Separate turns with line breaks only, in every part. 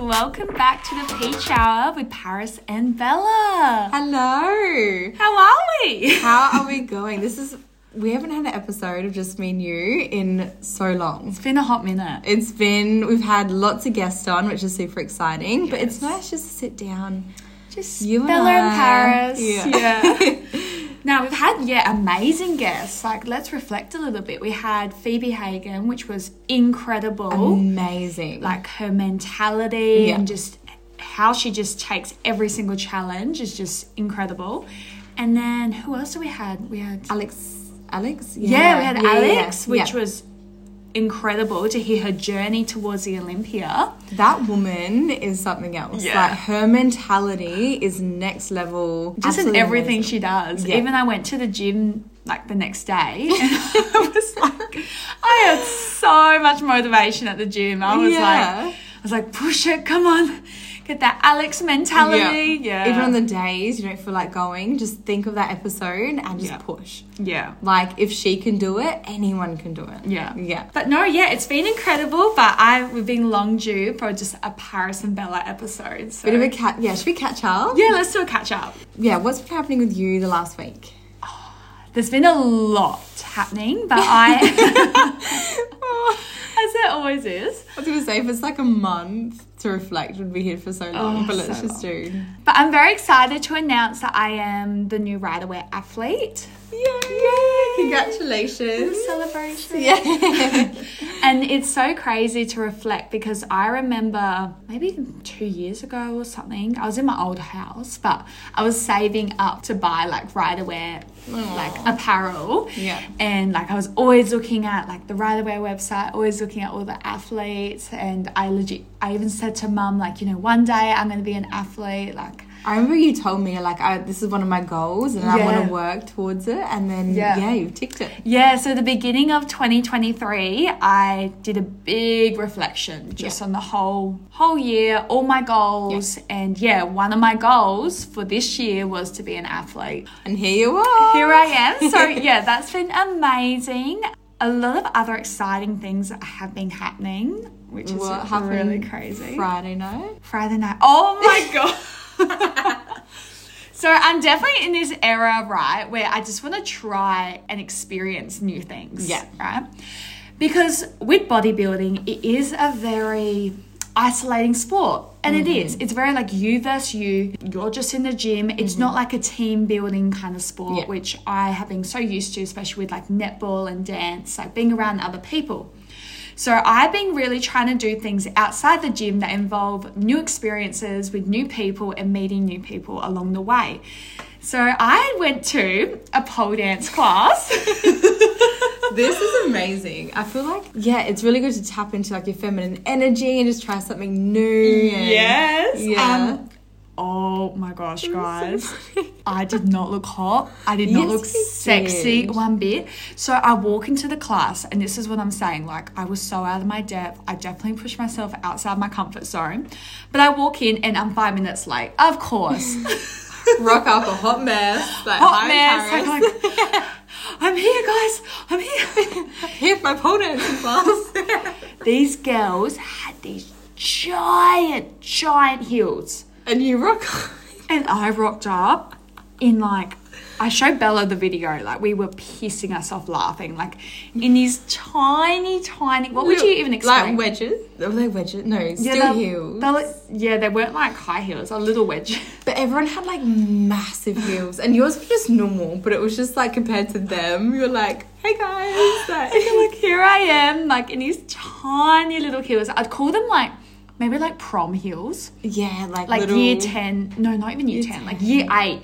welcome back to the Peach Hour with Paris and Bella.
Hello.
How are we?
How are we going? This is we haven't had an episode of just me and you in so long.
It's been a hot minute.
It's been we've had lots of guests on, which is super exciting. But it's nice just to sit down.
Just
You and
Bella and
I.
Paris.
Yeah.
now we've had yeah amazing guests. Like let's reflect a little bit. We had Phoebe Hagen, which was incredible.
Amazing.
like her mentality
Yeah.
and just how she just takes every single challenge is just incredible. And then who else do we had? We had
Alex. Alex.
yeah, we had
yeah,
Alex,
yeah.
which was incredible to hear her journey towards the Olympia.
that woman is something else.
Yeah.
Like her mentality is next level.
Just in
Absolutely
everything
amazing.
she does.
Yeah.
Even I went to the gym like the next day and I was like I had so much motivation at the gym. I was
Yeah.
like I was like, push it, come on. Get that Alex mentality. Yeah.
Even on the days you don't feel like going, just think of that episode and just
Yeah.
push.
Yeah.
Like if she can do it, anyone can do it.
Yeah.
Yeah.
But no, yeah, it's been incredible, but I we've been long due for just a Paris and Bella episode. So
Bit of a cat. Yeah, should we catch up?
yeah, let's do a catch up.
Yeah. What's been happening with you the last week?
There's been a lot happening, but I as there always is.
I was gonna say if it's like a month to reflect, would be here for Oh, so long. but let's just do.
But I'm very excited to announce that I am the new Riderwear athlete.
Yay! Congratulations.
Celebration.
Yeah.
And it's so crazy to reflect because I remember maybe two years ago or something, I was in my old house, but I was saving up to buy like rider wear, like apparel.
Yeah.
And like I was always looking at like the rider wear website, always looking at all the athletes. And I legit, I even said to mum, like, you know, one day I'm going to be an athlete. Like,
I remember you told me like I, this is one of my goals and I
Yeah.
want to work towards it, and then
Yeah.
yeah, you've ticked it.
Yeah, so the beginning of 2023, I did a big reflection just on the whole whole year, all my goals, and yeah, one of my goals for this year was to be an athlete.
And here you are.
Here I am. So yeah, that's been amazing. A lot of other exciting things that have been happening, which is
What happened
really crazy.
Friday night.
Friday night. Oh my god. so I'm definitely in this era, right, where I just want to try and experience new things.
Yeah.
Right. Because with bodybuilding, it is a very isolating sport. And it is. It's very like you versus you. You're just in the gym. It's not like a team building kind of sport,
Yeah.
which I have been so used to, especially with like netball and dance, like being around other people. So I've been really trying to do things outside the gym that involve new experiences with new people and meeting new people along the way. So I went to a pole dance class.
This is amazing. I feel like yeah, it's really good to tap into like your feminine energy and just try something new. and- Yeah.
Um, oh my gosh, guys. I did not look hot. I did not
Yes,
look
you
sexy
did.
one bit. So I walk into the class, and this is what I'm saying. Like, I was so out of my depth. I definitely pushed myself outside my comfort zone. But I walk in, and I'm five minutes late. Of course.
Rock up a hot mess. Like,
hot
hi,
mess.
Paris.
I'm like, I'm here, guys. I'm here.
Here's my pole dancing class.
These girls had these giant, giant heels.
and you rock.
And I rocked up in like, I showed Bella the video, like we were pissing us off laughing, like in these tiny, tiny, what would you even expect?
Like wedges? Were they wedges? No, still
yeah, they-
heels.
they were- yeah, they weren't like high heels, a little wedge.
but everyone had like massive heels, and yours were just normal. But it was just like compared to them, you're like, hey guys, like,
like here I am, like in these tiny little heels. I'd call them like maybe like prom heels.
yeah, like
like
little,
year 10 no not even year, 10, like year 8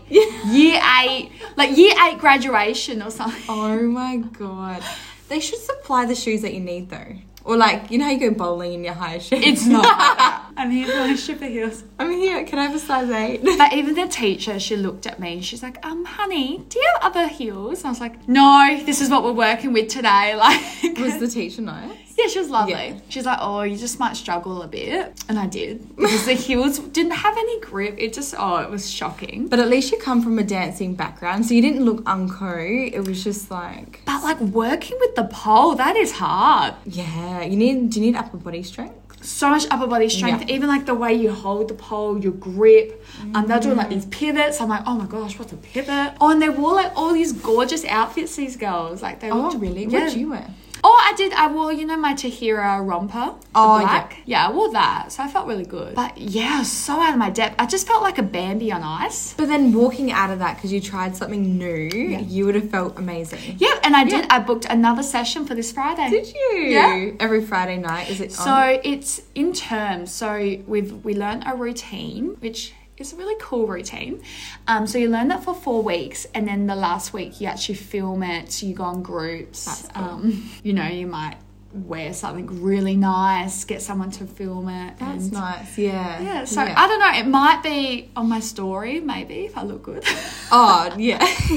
year 8 like year 8 graduation or something
Oh my god. They should supply the shoes that you need though. Or like, you know how you go bowling in your high shoes?
it's not like that. i'm here for my shipper heels
I'm here, can I have a size eight?
but even the teacher she looked at me and she's like um honey do you have other heels and i was like no this is what we're working with today like
Was the teacher nice?
yeah she was lovely
Yeah.
she's like oh you just might struggle a bit and i did because the heels didn't have any grip it just oh it was shocking
But at least you come from a dancing background, so you didn't look unco. It was just like,
but like working with the pole that is hard
yeah, you need. Do you need upper body strength?
so much upper body strength, even like the way you hold the pole, your grip. Um, they're doing
Mm.
like these pivots. I'm like, oh my gosh, what's a pivot? Oh, and they wore like all these gorgeous outfits. These girls, like they.
Oh,
looked-
really?
Yeah.
What do you wear?
Oh, I did. I wore, you know, my Tahira romper. the
Oh, yeah.
black. yeah. I wore that. So I felt really good. But yeah, I was so out of my depth. I just felt like a Bambi on ice.
But then walking out of that because you tried something new, you would have felt amazing.
Yeah, and I did. I booked another session for this Friday.
Did you?
Yeah.
Every Friday night, is it?
So
on?
it's in terms. So we've we learn a routine, which is a really cool routine. Um, so you learn that for four weeks, and then the last week you actually film it. You go on groups.
That's cool.
um, you know, you might wear something really nice, get someone to film it.
that's
and-
nice. Yeah.
Yeah, so I don't know. It might be on my story, maybe if I look good.
oh yeah.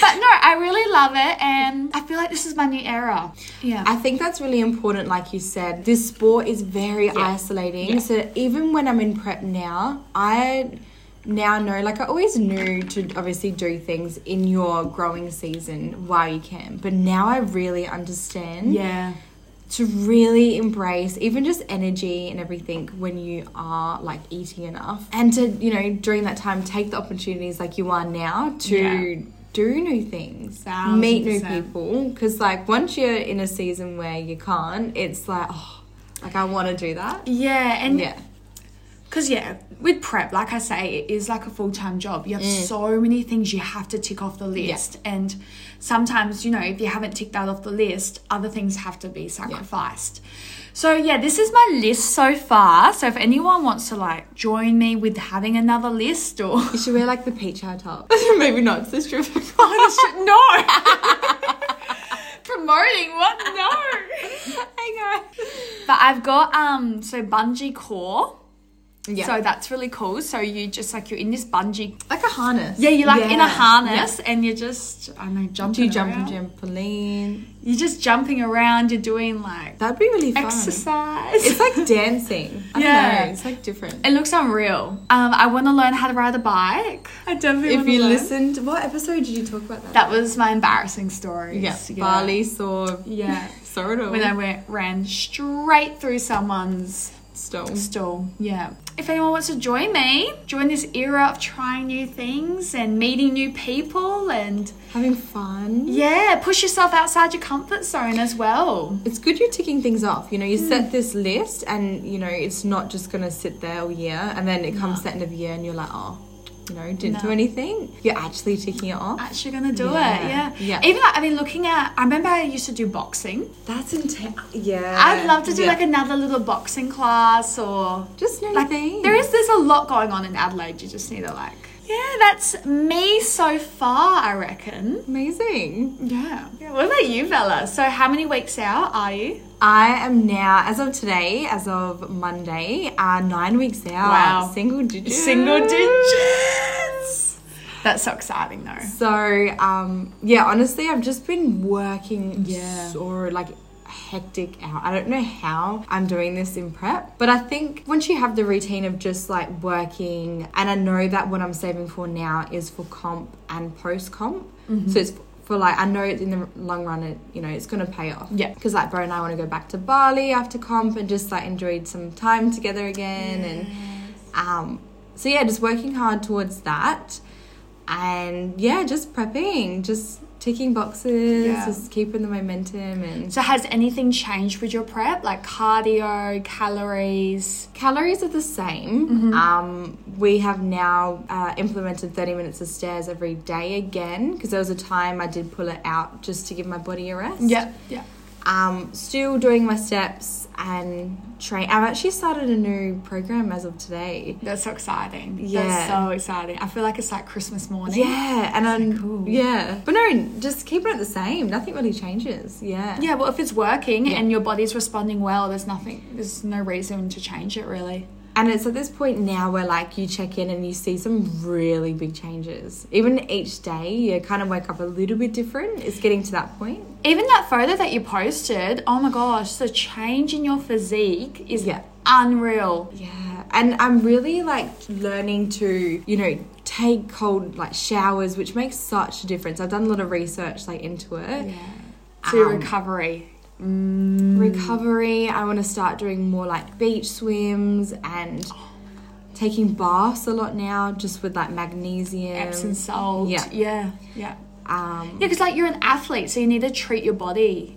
but no, I really love it, and I feel like this is my new era. Yeah,
I think that's really important, like you said. This sport is very isolating. So even when I'm in prep now, I now know, like I always knew to obviously do things in your growing season while you can. But now I really understand
yeah.
to really embrace even just energy and everything when you are like eating enough. And to, you know, during that time, take the opportunities like you are now to.
Yeah.
Do new things,
Thousand
meet new
percent.
people people because like once you're in a season where you can't it's like oh like i want to do that
Yeah, and
yeah
Because, yeah, with prep, like I say, it is like a full time job. You have so many things you have to tick off the list. And sometimes, you know, if you haven't ticked that off the list, other things have to be sacrificed. So, yeah, this is my list so far. So, if anyone wants to like join me with having another list or.
you should wear like the peach high top maybe not it's the strip
no! Promoting what? No!
hang on
But I've got, um, so bungee core.
yeah
So that's really cool. So you just like you're in this bungee
like a harness
Yeah, you're like in a
Yeah.
harness and you're just, I don't know,
do
jumping
you jump
around.
and trampoline
You're just jumping around, you're doing like
that'd be really fun
exercise.
it's like dancing I
Yeah.
don't know, it's like different
it looks unreal. Um, I want to learn how to ride a bike. I definitely
if
wanna
you
learn.
listened what episode did you talk about that,
That was my embarrassing story.
yeah, barley saw
Yeah.
saw it all
When I went, ran straight through someone's
stole
stall. Yeah. If anyone wants to join me, join this era of trying new things and meeting new people and
having fun
yeah, push yourself outside your comfort zone as well.
It's good you're ticking things off. You know, you set
Mm.
this list and, you know, it's not just going to sit there all year and then it comes the end of the year and you're like, oh, you know, didn't do
No.
anything. You're actually ticking it off.
actually gonna do it.
Yeah.
Yeah.
Yeah.
Even like, I mean, looking at, I remember I used to do boxing.
That's intense. Yeah.
I'd love to do
Uh-huh. Yeah.
like another little boxing class or
Just new
like
thing.
there is there's a lot going on in Adelaide. You just need to like. Yeah, that's me so far. I reckon.
Amazing.
Yeah. Yeah. What about you, Bella? So how many weeks out are you?
I am now, as of today, as of Monday, uh, nine weeks out.
Wow.
Single digits.
Single digits. That's so exciting, though.
So um, yeah, honestly, I've just been working
Yeah.
so like hectic out. I don't know how I'm doing this in prep, but I think once you have the routine of just like working, and I know that what I'm saving for now is for comp and post comp,
Mm-hmm.
so it's for like I know in the long run, it you know it's gonna pay off.
Yeah.
because like Bro and I want to go back to Bali after comp and just like enjoyed some time together again and. Um, so yeah, just working hard towards that, and yeah, just prepping, just ticking boxes,
Yeah.
just keeping the momentum and
So has anything changed with your prep, like cardio, calories?
calories are the same.
Mm-hmm.
Um, we have now uh, implemented thirty minutes of stairs every day again because there was a time I did pull it out just to give my body a rest.
Yeah.
Um, still doing my steps and train. I've actually started a new program as of today.
That's so exciting. That's
Yeah.
so exciting. I feel like it's like Christmas morning.
Yeah, and I'm
cool.
yeah, but no, just keeping it the same. Nothing really changes. Yeah,
Yeah, well, if it's working and your body's responding well, there's nothing, there's no reason to change it really.
And it's at this point now where like you check in and you see some really big changes. Even each day, you kind of wake up a little bit different. It's getting to that point.
Even that photo that you posted, oh my gosh, the change in your physique is
Yeah.
unreal.
Yeah, and I'm really like learning to, you know, take cold like showers, which makes such a difference. I've done a lot of research like into it.
To
Um,
recovery. Mm.
recovery. I want to start doing more like beach swims and taking baths a lot now, just with like magnesium.
Epsom salt.
Yeah.
Um, Yeah. Yeah.
Um,
Yeah, because like you're an athlete, so you need to treat your body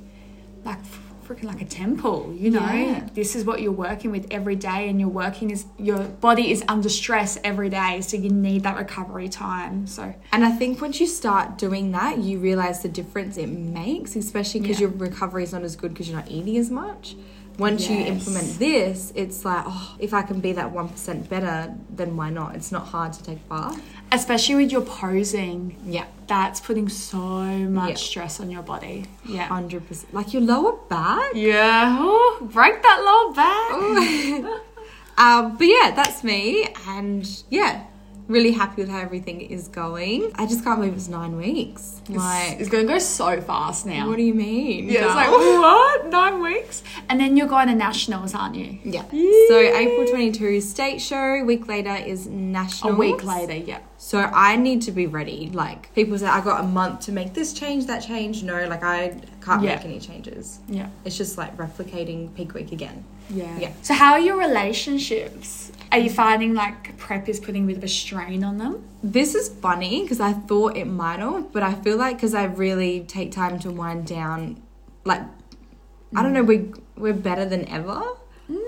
like f- freaking like a temple. You know,
Yeah.
this is what you're working with every day, and your working is your body is under stress every day, so you need that recovery time. So
and I think once you start doing that, you realize the difference it makes, especially because
Yeah.
your recovery is not as good because you're not eating as much. Once you
Yes.
implement this, it's like, oh, if I can be that 1% better, then why not? It's not hard to take bath.
especially with your posing,
Yeah.
that's putting so much
Yeah.
stress on your body. Yeah.
100%. Like your lower back.
yeah. Ooh, break that lower back.
Um, but yeah, that's me, and yeah, really happy with how everything is going. I just can't believe it's nine weeks.
Like,
Like,
it's gonna go so fast now.
what do you mean?
yeah, it's like
No.
what? Nine weeks, and then you're going to nationals, aren't you?
yeah. So April twenty two state show. Week later is
A
national.
week later, yeah.
So I need to be ready. Like people say, I got a month to make this change, that change. No, like I can't
Yeah.
make any changes.
Yeah.
It's just like replicating peak week again.
Yeah.
Yeah.
So how are your relationships? Are you finding like prep is putting a bit of a strain on them?
This is funny because I thought it might have, but I feel like because I really take time to wind down, like I don't know, we we're better than ever.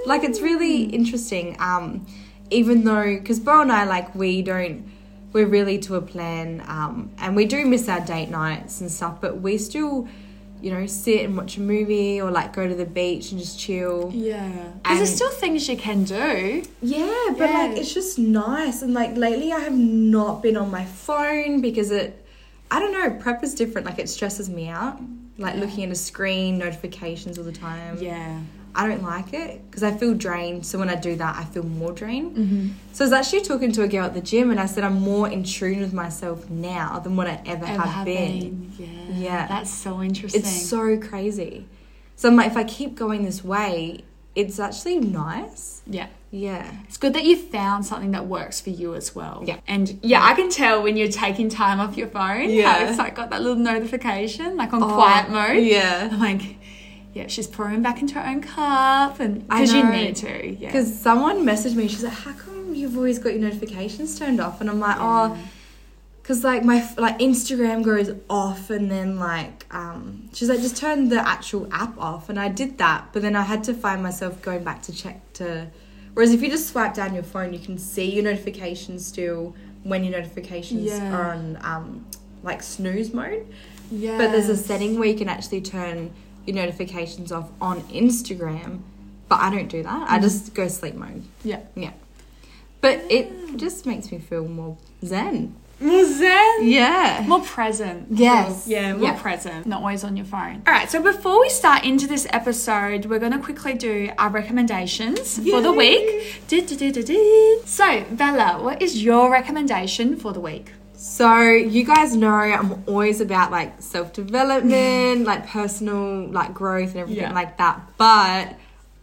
Like it's really interesting. Um, even though because Bo and I like we don't, we're really to a plan, um, and we do miss our date nights and stuff, but we still, you know, sit and watch a movie or like go to the beach and just chill.
Yeah. Because
And-
there's still things you can do.
Yeah, but like
Yeah.
it's just nice. And like lately, I have not been on my phone because it, I don't know, prep is different. Like it stresses me out. Like looking at a screen, notifications all the time.
Yeah.
I don't like it because I feel drained. So when I do that, I feel more drained.
Mm. Mm-hmm.
So I was actually talking to a girl at the gym and I said, I'm more in tune with myself now than what I
Ever
ever, have been.
Yeah.
Yeah.
That's so interesting.
It's so crazy. So I'm like, if I keep going this way, it's actually nice.
yeah.
Yeah.
It's good that you found something that works for you as well.
Yeah.
And yeah, I can tell when you're taking time off your phone.
Yeah.
How it's like got that little notification, like on
Oh,
quiet mode.
Yeah.
I'm like, yeah, she's pouring back into her own cup and
I
because you
know.
need to. Yeah.
Because someone messaged me, she's like, "How come you've always got your notifications turned off?" And I'm like, "Oh, because like my f- like Instagram goes off, and then like um, she's like, just turn the actual app off." And I did that, but then I had to find myself going back to check to. Whereas if you just swipe down your phone, you can see your notifications still when your notifications
Yeah.
are on um, like snooze mode.
yeah.
But there's a setting where you can actually turn your notifications off on Instagram. But I don't do that.
Mm.
I just go sleep mode.
Yeah.
Yeah. But it just makes me feel more zen.
More zen.
Yeah.
More present.
Yes.
Yeah, more
Yeah.
present. Not always on your phone. All right, so before we start into this episode, we're going to quickly do our recommendations for the
Yay.
week. Du-du-du-du-du. So, Bella, what is your recommendation for the week?
So you guys know I'm always about like self development, like personal like growth and everything
Yeah.
like that. But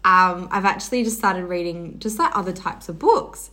um, I've actually just started reading just like other types of books,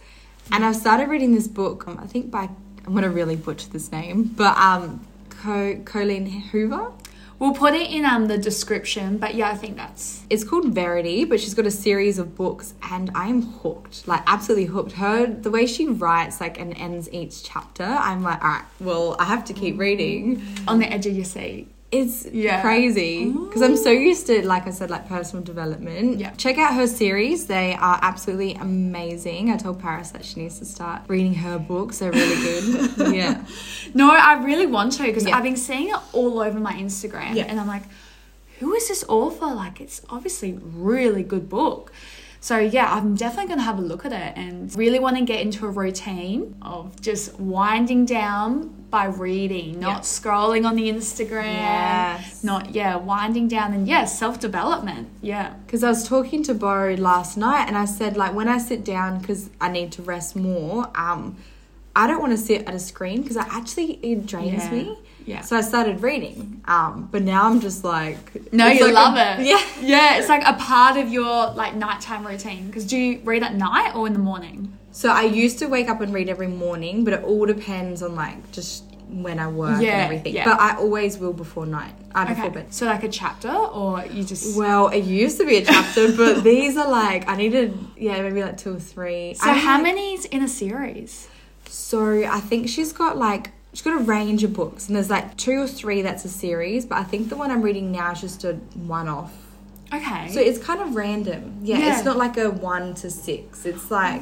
and I've started reading this book. Um, I think by I'm gonna really butcher this name, but um, Co- Colleen Hoover.
We'll put it in um the description, but yeah, I think that's
It's called Verity, but she's got a series of books, and I am hooked. Like absolutely hooked. Her the way she writes, like and ends each chapter. I'm like, all right, well, I have to keep reading.
on the edge of your seat.
It's
Yeah.
crazy because I'm so used to, like I said, like personal development.
Yeah.
Check out her series; they are absolutely amazing. I told Paris that she needs to start reading her books; they're really good. yeah,
No, I really want to because
Yeah.
I've been seeing it all over my Instagram,
Yeah.
and I'm like, who is this author? Like, it's obviously a really good book. So yeah, I'm definitely gonna have a look at it and really want to get into a routine of just winding down by reading, not
Yeah.
scrolling on the Instagram,
Yes.
not yeah, winding down and yeah, self development. Yeah,
because I was talking to Bo last night, and I said like when I sit down because I need to rest more. Um, I don't want to sit at a screen because I actually it drains
Yeah.
me.
Yeah.
So I started reading, um, but now I'm just like
no,
it's
you
like
love
a-
it.
Yeah.
yeah, it's like a part of your like nighttime routine. Because do you read at night or in the morning?
So I used to wake up and read every morning, but it all depends on like just when I work
Yeah,
and everything.
yeah.
But I always will before night. Uh, before
Okay.
bed.
So like a chapter, or you just
Well, it used to be a chapter, but these are like I needed yeah, maybe like two or three.
so
I'm
how
like-
many's in a series?
So I think she's got like she's got a range of books and there's like two or three that's a series, but I think the one I'm reading now is just a one off.
Okay.
So it's kind of random. Yeah,
Yeah. Oh.
it's not like a one to six. It's like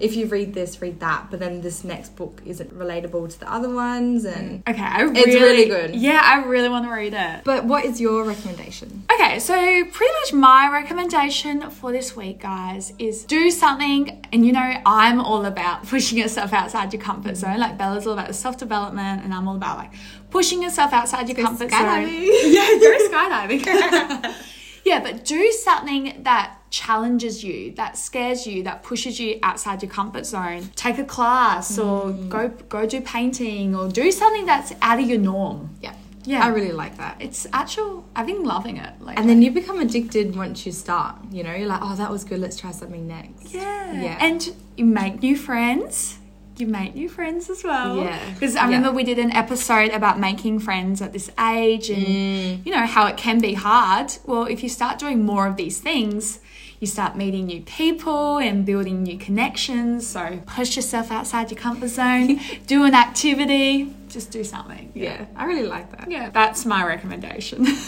if you read this, read that, but then this next book isn't relatable to the other ones and
okay, I really,
It's really good.
Yeah, I really want to read it.
But what is your recommendation?
Okay, so pretty much my recommendation for this week, guys, is do something. And you know, I'm all about pushing yourself outside your comfort zone. Like Bella's all about the self development, and I'm all about like pushing yourself outside your comfort zone.
skydiving.
yeah, go skydiving. yeah, but do something that challenges you, that scares you, that pushes you outside your comfort zone. Take a class or go go do painting or do something that's out of your norm.
Yeah.
Yeah.
I really like that.
It's actual I've been loving it. Like
And then you become addicted once you start. You know, you're like, oh, that was good. Let's try something next.
yeah.
Yeah.
And you make new friends. You make new friends as well.
Yeah.
Because I
Yeah.
remember we did an episode about making friends at this age and,
Mm.
you know, how it can be hard. Well, if you start doing more of these things, you start meeting new people and building new connections. So push yourself outside your comfort zone, do an activity, just do something.
Yeah, I really like that.
Yeah. That's my recommendation.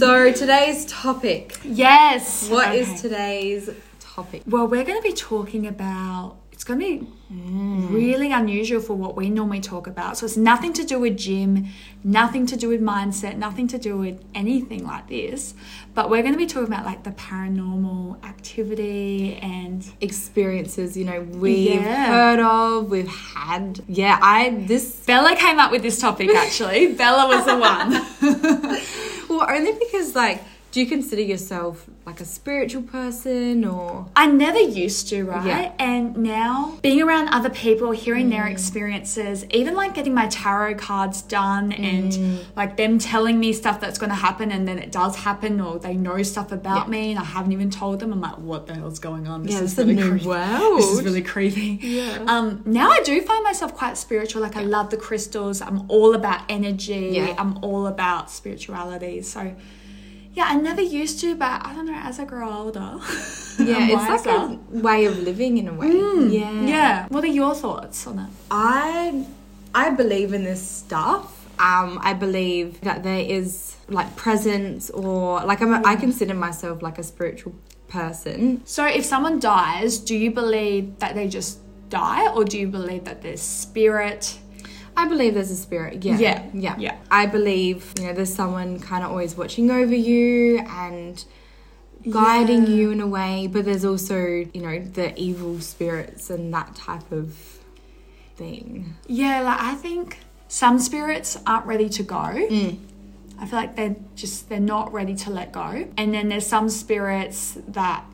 So today's topic.
yes.
What is
Okay.
today's topic?
Well, we're going to be talking about. It's going to be really unusual for what we normally talk about. So it's nothing to do with gym, nothing to do with mindset, nothing to do with anything like this. But we're going to be talking about like the paranormal activity and
Experiences, you know, we've
Yeah.
heard of, we've had. Yeah, I this
Bella came up with this topic actually. Bella was the one.
well only because like, do you consider yourself like a spiritual person or
I never used to, right?
Yeah. Mm.
And now being around other people, hearing their experiences, even like getting my tarot cards done
Mm.
and like them telling me stuff that's going to happen and then it does happen or they know stuff about
Yeah.
me and I haven't even told them. I'm like, what the hell's going on? This
Yeah,
is
it's a
really
new
creepy.
world.
This is really creepy.
Yeah.
Um, now I do find myself quite spiritual. Like I love the crystals. I'm all about energy.
Yeah.
I'm all about spirituality. So yeah, I never used to, but I don't know, as I grow older.
yeah,
I'm
it's like
wiser.
a way of living in a way. Hmm. Yeah.
Yeah. What are your thoughts on it?
I I believe in this stuff. Um, I believe that there is like presence or like I'm a, I consider myself like a spiritual person.
So, if someone dies, do you believe that they just die, or do you believe that there's spirit?
I believe there's a spirit. Yeah.
Yeah,
Yeah.
yeah.
I believe, you know, there's someone kind of always watching over you and guiding
Yeah.
you in a way, but there's also, you know, the evil spirits and that type of thing.
Yeah, like I think some spirits aren't ready to go. I feel like they're just they're not ready to let go, and then there's some spirits that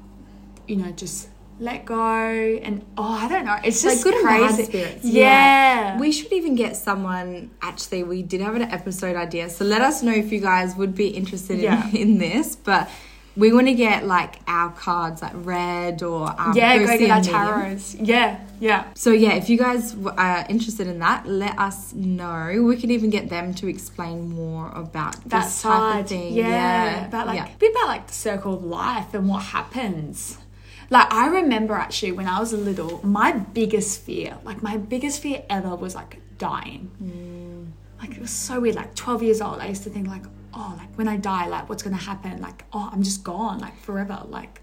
you know just let go, and oh, I don't know. It's
Like
just
good and
crazy.
bad spirits,
Yeah.
We should even get someone. Actually, we did have an episode idea, so let us know if you guys would be interested
Yeah.
in, in this. But we want to get like our cards like read or um,
yeah, go
see
get
a
our
medium.
tarots. Yeah, yeah.
So yeah, if you guys w- are interested in that, let us know. We could even get them to explain more about
that
this
side.
type of thing.
Yeah, About like
yeah.
a bit about like the circle of life and what happens. Like I remember actually when I was little, my biggest fear, like my biggest fear ever was like dying.
Mm.
Like it was so weird. Like twelve years old, I used to think like, oh, like when I die, like what's gonna happen? Like oh, I'm just gone, like forever. Like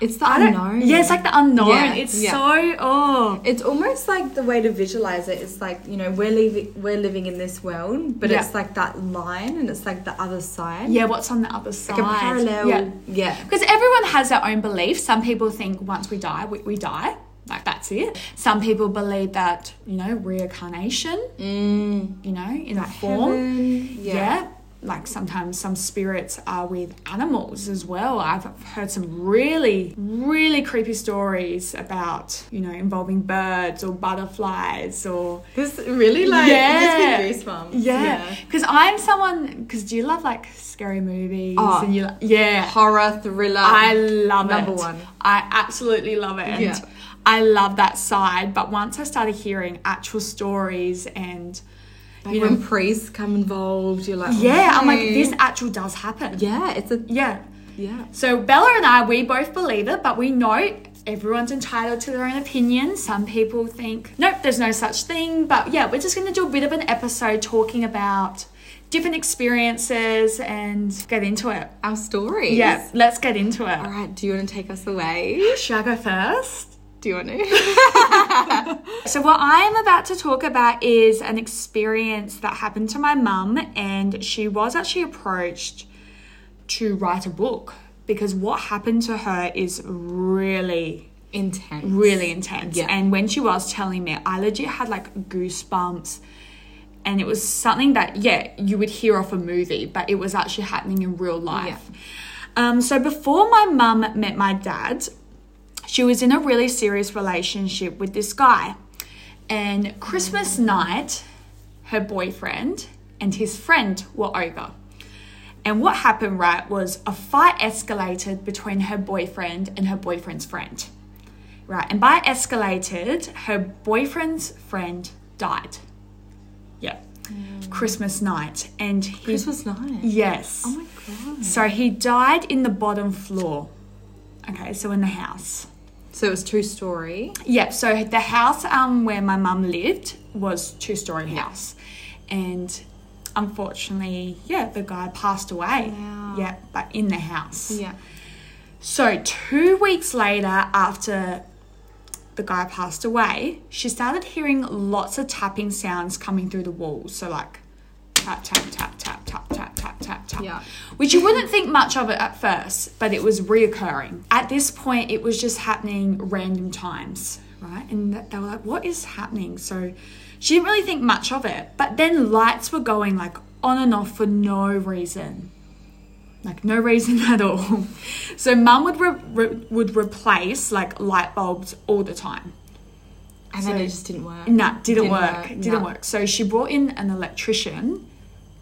It's the
I don't know.
unknown.
Yeah, it's like the unknown.
Yeah,
It's
yeah.
so oh.
It's almost like the way to visualize it is like you know we're living we're living in this world, but
Yeah.
it's like that line and it's like the other side.
Yeah, what's on the other side?
like a parallel.
Yeah.
yeah.
Because everyone has their own beliefs. Some people think once we die, we, we die. Like, that's it. Some people believe that, you know, reincarnation, you know, in a form.
Heaven,
Yeah. Like, sometimes some spirits are with animals as well. I've heard some really, really creepy stories about, you know, involving birds or butterflies or.
This really like
Yeah.
it gives me goosebumps.
Yeah. Because I'm someone. Because do you love, like, scary movies?
Oh.
And you, like- yeah.
Horror thriller.
I love it.
Um, number one.
I absolutely love it. And
Yeah.
I love that side. But once I started hearing actual stories and
Like
You know-
when priests come involved, you're like,
Yeah, I'm like,
"No."
this actual does happen.
Yeah, it's a
Yeah.
yeah.
So Bella and I, we both believe it, but we know everyone's entitled to their own opinion. Some people think, nope, there's no such thing. But yeah, we're just going to do a bit of an episode talking about different experiences and get into it.
Our stories.
Yeah, let's get into
All
it.
right. Do you want to take us away?
Should I go first?
Do you want to?
So, what I am about to talk about is an experience that happened to my mum, and she was actually approached to write a book because what happened to her is really,
Intense.
really intense.
Yeah.
And when she was telling me, I legit had like goosebumps, and it was something that, yeah, you would hear off a movie, but it was actually happening in real life. Um, so, before my mum met my dad, she was in a really serious relationship with this guy. And Christmas night, her boyfriend and his friend were over. And what happened, right, was a fight escalated between her boyfriend and her boyfriend's friend. Right, and by escalated, her boyfriend's friend died. Yeah. Christmas night. And he.
Mm. Christmas night.
Yes.
Oh my god.
So he died in the bottom floor. Okay, so in the house.
So it was two story.
Yeah, so the house um, where my mum lived was two story house. And unfortunately, yeah, the guy passed away.
Wow.
Yeah, but in the house.
Yeah.
So two weeks later, after the guy passed away, she started hearing lots of tapping sounds coming through the walls. So like tap tap tap tap tap tap tap tap tap.
Yeah.
Which you wouldn't think much of it at first, but it was reoccurring. At this point, it was just happening random times, right? And th- they were like, "What is happening?" So she didn't really think much of it. But then lights were going like on and off for no reason like no reason at all. So mum would re- re- would replace like light bulbs all the time.
And then it just didn't work.
No, didn't, work.
work,
Didn't
nah.
work. So she brought in an electrician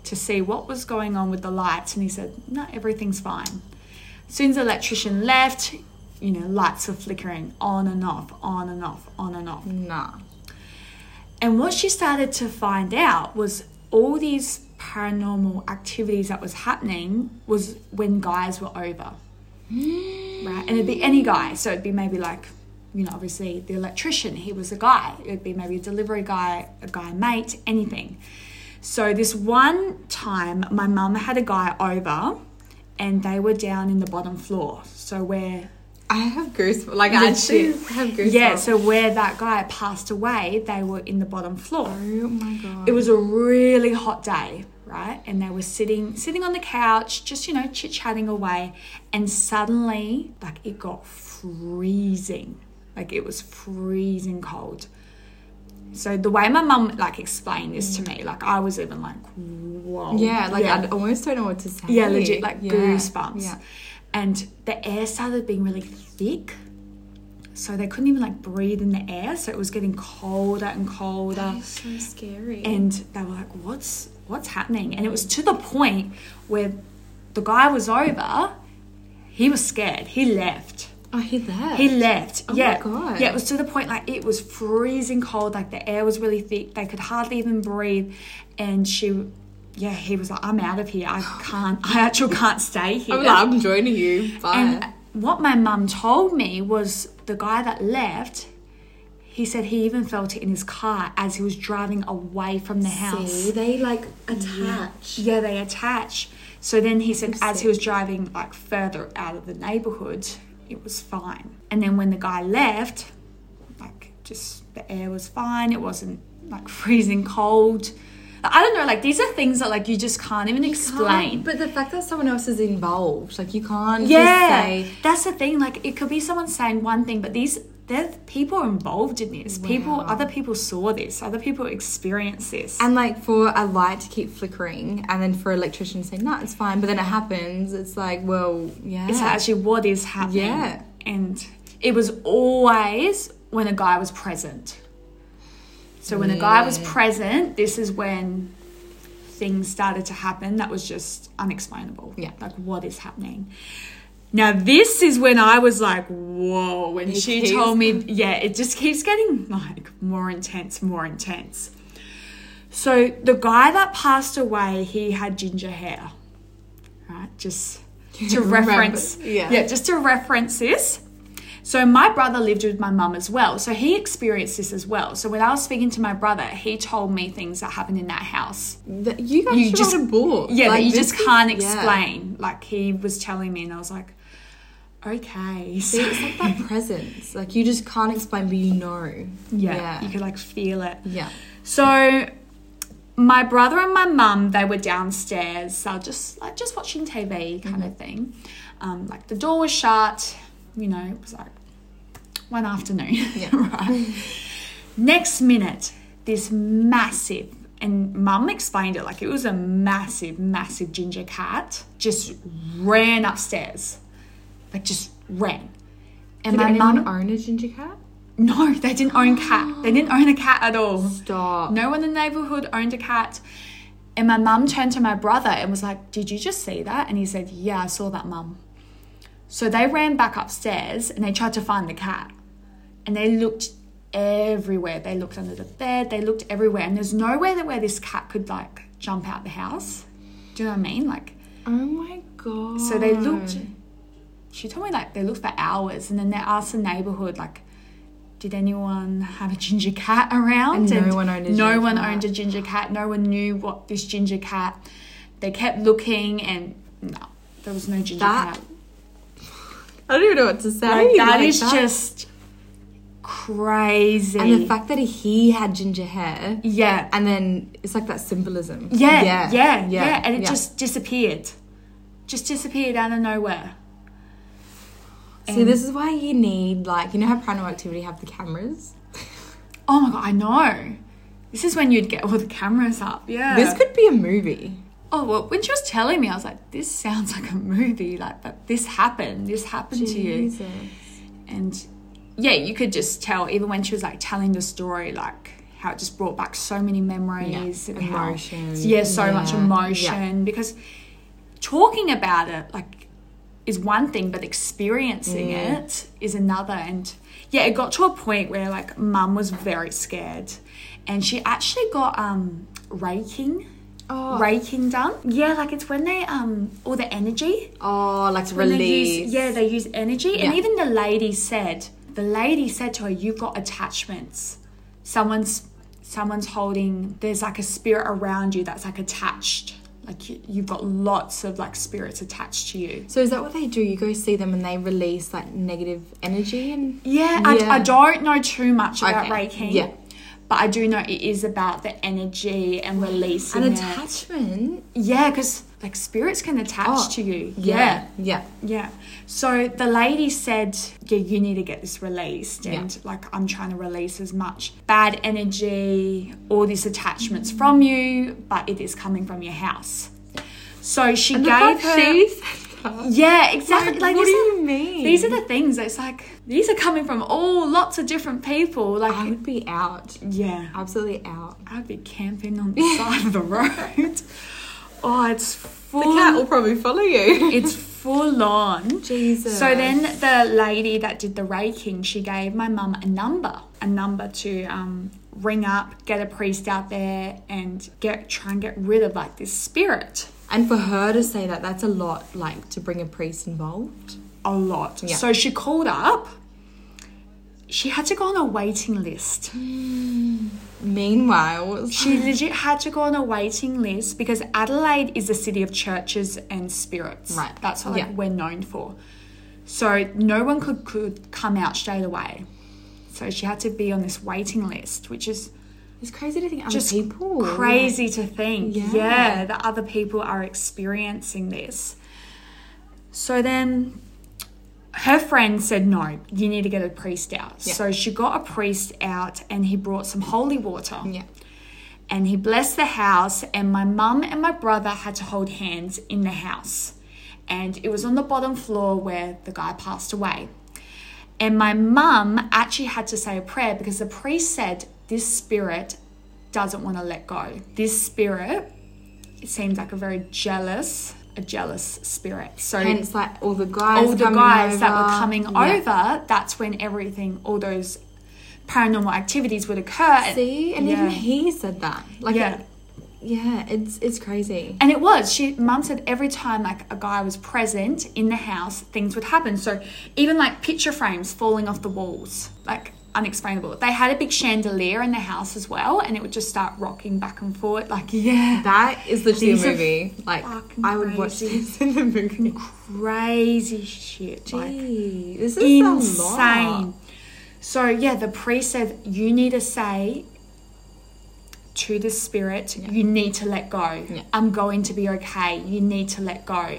to see what was going on with the lights, and he said, "No, everything's fine." As soon as the electrician left, you know, lights were flickering on and off, on and off, on and off.
Nah.
And what she started to find out was all these paranormal activities that was happening was when guys were over.
Mm.
right? And it'd be any guy. So it'd be maybe like, you know, obviously the electrician, he was a guy. It'd be maybe a delivery guy, a guy mate, anything. So this one time, my mum had a guy over and they were down in the bottom floor. So where
I have goosebumps. Like I actually
Legit.
have goosebumps.
yeah, so where that guy passed away, they were in the bottom floor.
Oh my god.
It was a really hot day, right? And they were sitting sitting on the couch, just you know, chit chatting away, and suddenly, like it got freezing, like it was freezing cold. So the way my mum like explained this to me, like I was even like, whoa,
yeah, like I almost don't know what to say.
yeah, legit, like
Yeah,
goosebumps.
Yeah.
And the air started being really thick. So they couldn't even like breathe in the air. So it was getting colder and colder.
It's so scary.
And they were like, what's, what's happening? And it was to the point where the guy was over. He was scared. He left.
oh, he there.
He left.
Oh my
yeah.
God.
Yeah, it was to the point like it was freezing cold, like the air was really thick. They could hardly even breathe. And she yeah, he was like, I'm out of here. I can't I actually can't stay here.
I'm, like, I'm joining you. Bye.
and what my mum told me was the guy that left, he said he even felt it in his car as he was driving away from the house.
See, they like attach.
Yeah, they attach. So then he said, as he was driving like further out of the neighborhood, it was fine. And then when the guy left, like just the air was fine. It wasn't like freezing cold. I don't know. Like these are things that like you just can't even explain.
Can't- Uh-huh, But the fact that someone else is involved, like you can't
yeah,
just say
that's the thing. Like it could be someone saying one thing, but these there's people involved in this. People,
Wow.
other people saw this. Other people experienced this.
and like for a light to keep flickering and then for an electrician to say, no, it's fine, but then it happens, it's like, well, yeah.
It's like, actually what is happening.
Yeah.
And it was always when a guy was present. So when a guy was present, this is when things started to happen that was just unexplainable.
Yeah.
Like what is happening? Now this is when I was like, whoa, when
It
she
keeps-
told me yeah, it just keeps getting like more intense, more intense. So the guy that passed away, he had ginger hair. Right? Just to
Remember,
reference.
yeah.
yeah, just to reference this. So my brother lived with my mum as well. So he experienced this as well. So when I was speaking to my brother, he told me things that happened in that house.
That you guys
You
should
just-
write a book.
Yeah,
Like,
that you
this
just
is-
can't
yeah.
explain. Like he was telling me and I was like, okay. So
See, it's like that presence. Like you just can't explain, but you know.
yeah,
Yeah.
you could like feel it.
Yeah.
So my brother and my mum, they were downstairs, so just like just watching TV kind
Mm-hmm.
of thing. Um, like the door was shut, you know, it was like one afternoon.
Yeah.
right. Next minute, this massive and mum explained it like it was a massive, massive ginger cat just ran upstairs. Like just ran. And
Did
my
anyone
mum
own a ginger cat?
No, they didn't own cat. They didn't own a cat at all.
Stop.
No one in the neighborhood owned a cat. And my mum turned to my brother and was like, Did you just see that? And he said, Yeah, I saw that, mum. So they ran back upstairs and they tried to find the cat. And they looked everywhere. They looked under the bed, they looked everywhere. And there's nowhere that where this cat could like jump out the house. Do you know what I mean? Like,
Oh my god.
so they looked.
Hmm.
She told me like they looked for hours, and then they asked the neighborhood like, did anyone have a ginger cat around?
And no one owned a
no
ginger
one
cat.
owned a ginger cat. No one knew what this ginger cat. They kept looking, and no, there was no ginger
That-
cat.
I don't even know what to say.
Like, that
Like,
is
that-
just crazy.
And the fact that he had ginger hair,
yeah,
and then it's like that symbolism.
Yeah, yeah, yeah, and it
yeah.
just disappeared, just disappeared out of nowhere.
See, this is why you need like you know how Paranormal Activity have the cameras.
Oh my god, I know. This is when you'd get all the cameras up. Yeah.
This could be a movie.
oh well, when she was telling me, I was like, "This sounds like a movie. Like that. This happened. This happened to you."
Jesus.
And yeah, you could just tell. Even when she was like telling the story, like how it just brought back so many memories, and how-
Emotion.
yeah, so much
Yeah,
emotion because talking about it like is one thing, but experiencing it is another. And yeah, it got to a point where like mum was very scared, and she actually got um raking.
Oh.
Raking done. Yeah, like it's when they um all the energy
Oh, like
when they
release.
use- yeah, they use energy. And
Yeah.
even the lady said, the lady said to her, "You've got attachments. Someone's someone's holding. There's like a spirit around you that's like attached. Like you, you've got lots of like spirits attached to you."
So is that what they do? You go see them and they release like negative energy and
Yeah, I,
Yeah.
I don't know too much about
Okay,
Reiki.
yeah.
But I do know it is about the energy and releasing
an
it.
attachment.
Yeah, because like spirits can attach
Oh,
to you. yeah.
yeah.
Yeah. So the lady said, Yeah, you need to get this released.
Yeah.
And like, I'm trying to release as much bad energy, all these attachments from you, but it is coming from your house. So she
And the
gave
fact
her.
she said that.
yeah, exactly.
Like,
Like,
what
these
do
are-
you mean?
These are the things. It's like these are coming from all lots of different people. Like,
I would be out.
yeah,
Absolutely out.
I'd be camping on the side of the road. Oh, it's full.
will probably follow you.
It's full on.
Jesus.
So then the lady that did the raking, she gave my mum a number, a number to um, ring up, get a priest out there, and get try and get rid of like this spirit.
And for her to say that, that's a lot, like to bring a priest involved.
A lot.
Yeah.
So she called up. She had to go on a waiting list.
Meanwhile,
She legit had to go on a waiting list because Adelaide is a city of churches and spirits.
Right.
That's what like,
Yeah.
we're known for. So no one could, could come out straight away. So she had to be on this waiting list, which is
it's crazy to think other
just
people.
crazy to think.
Yeah.
Yeah. that other people are experiencing this. So then her friend said, No, you need to get a priest out.
Yeah.
So she got a priest out and he brought some holy water
Yeah.
and he blessed the house and my mum and my brother had to hold hands in the house and it was on the bottom floor where the guy passed away and my mum actually had to say a prayer because the priest said this spirit doesn't want to let go this spirit it seems like a very jealous a jealous spirit so
Hence, like all the guys.
all the
coming
guys that
over.
were coming
Yeah.
over, that's when everything, all those paranormal activities would occur.
See, and even
Yeah.
he said that. Like,
Yeah.
it- yeah, it's it's crazy.
And it was. She mum said every time like a guy was present in the house, things would happen. So even like picture frames falling off the walls, like unexplainable. They had a big chandelier in the house as well, and it would just start rocking back and forth. Like yeah,
That is literally
These
a
are
movie. Like,
fucking
I would watch
crazy.
this in the movie.
crazy shit. Like
Gee, this is a lot.
insane. So yeah, the priest said you need to say to the spirit, you need to let go.
Yeah.
I'm going to be okay. You need to let go.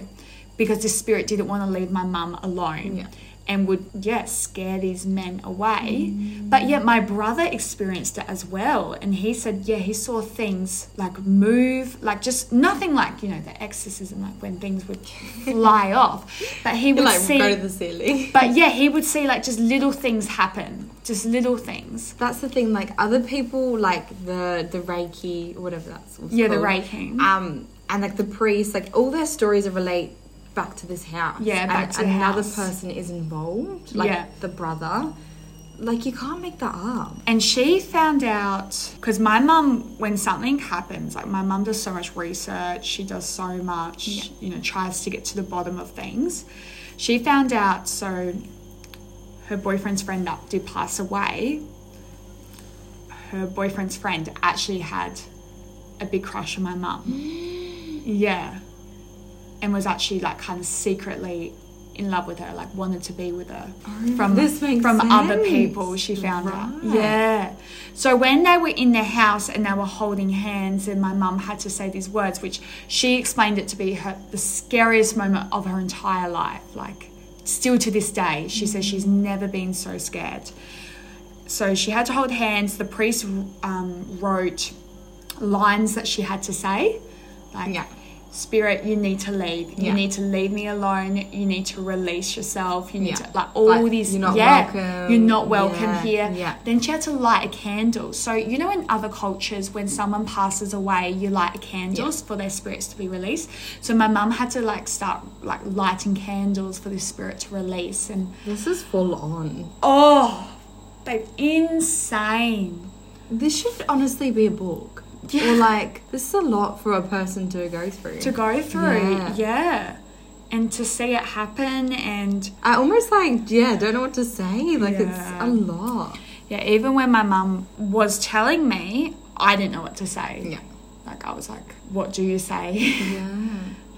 Because the spirit didn't want to leave my mum alone.
Yeah.
And would yeah, scare these men away.
Mm.
But yet my brother experienced it as well. And he said, yeah, he saw things like move, like just nothing like, you know, the exorcism, like when things would fly off. But he
You
would
like
see
go to the ceiling.
but yeah, he would see like just little things happen, just little things.
That's the thing. Like other people, like the the Reiki, whatever that's what's
Yeah, the
called,
raking.
um, and like the priest, like all their stories are relate back to this house.
Yeah, back
and
to the
another
house.
person is involved, like
Yeah.
the brother. Like you can't make that up.
And she found out because my mum, when something happens, like my mum does so much research, she does so much, you know, tries to get to the bottom of things. She found out so her boyfriend's friend that did pass away. Her boyfriend's friend actually had a big crush on my mum. yeah. And was actually like kind of secretly in love with her, like wanted to be with her from
Oh, this makes
from other
sense.
people she found out.
Right.
Yeah. So when they were in the house and they were holding hands, and my mum had to say these words, which she explained it to be her the scariest moment of her entire life. Like still to this day, she says she's never been so scared. So she had to hold hands. The priest um, wrote lines that she had to say, like
Yeah.
"Spirit, you need to leave. You
Yeah.
need to leave me alone. You need to release yourself. You need
Yeah.
to like all
Like,
these.
you're not
yeah,
welcome.
you're not welcome
Yeah,
here.
yeah.
Then she had to light a candle. So you know, in other cultures, when someone passes away, you light a candles for their spirits to be released. So my mum had to like start like lighting candles for the spirit to release and.
This is full on.
Oh, babe, insane.
This should honestly be a book.
Yeah.
Or like this is a lot for a person to go through.
To go through,
Yeah.
yeah. And to see it happen, and
I almost like yeah, don't know what to say. Like it's
Yeah.
a lot.
yeah, even when my mum was telling me, I didn't know what to say.
Yeah.
Like, I was like, what do you say?
Yeah.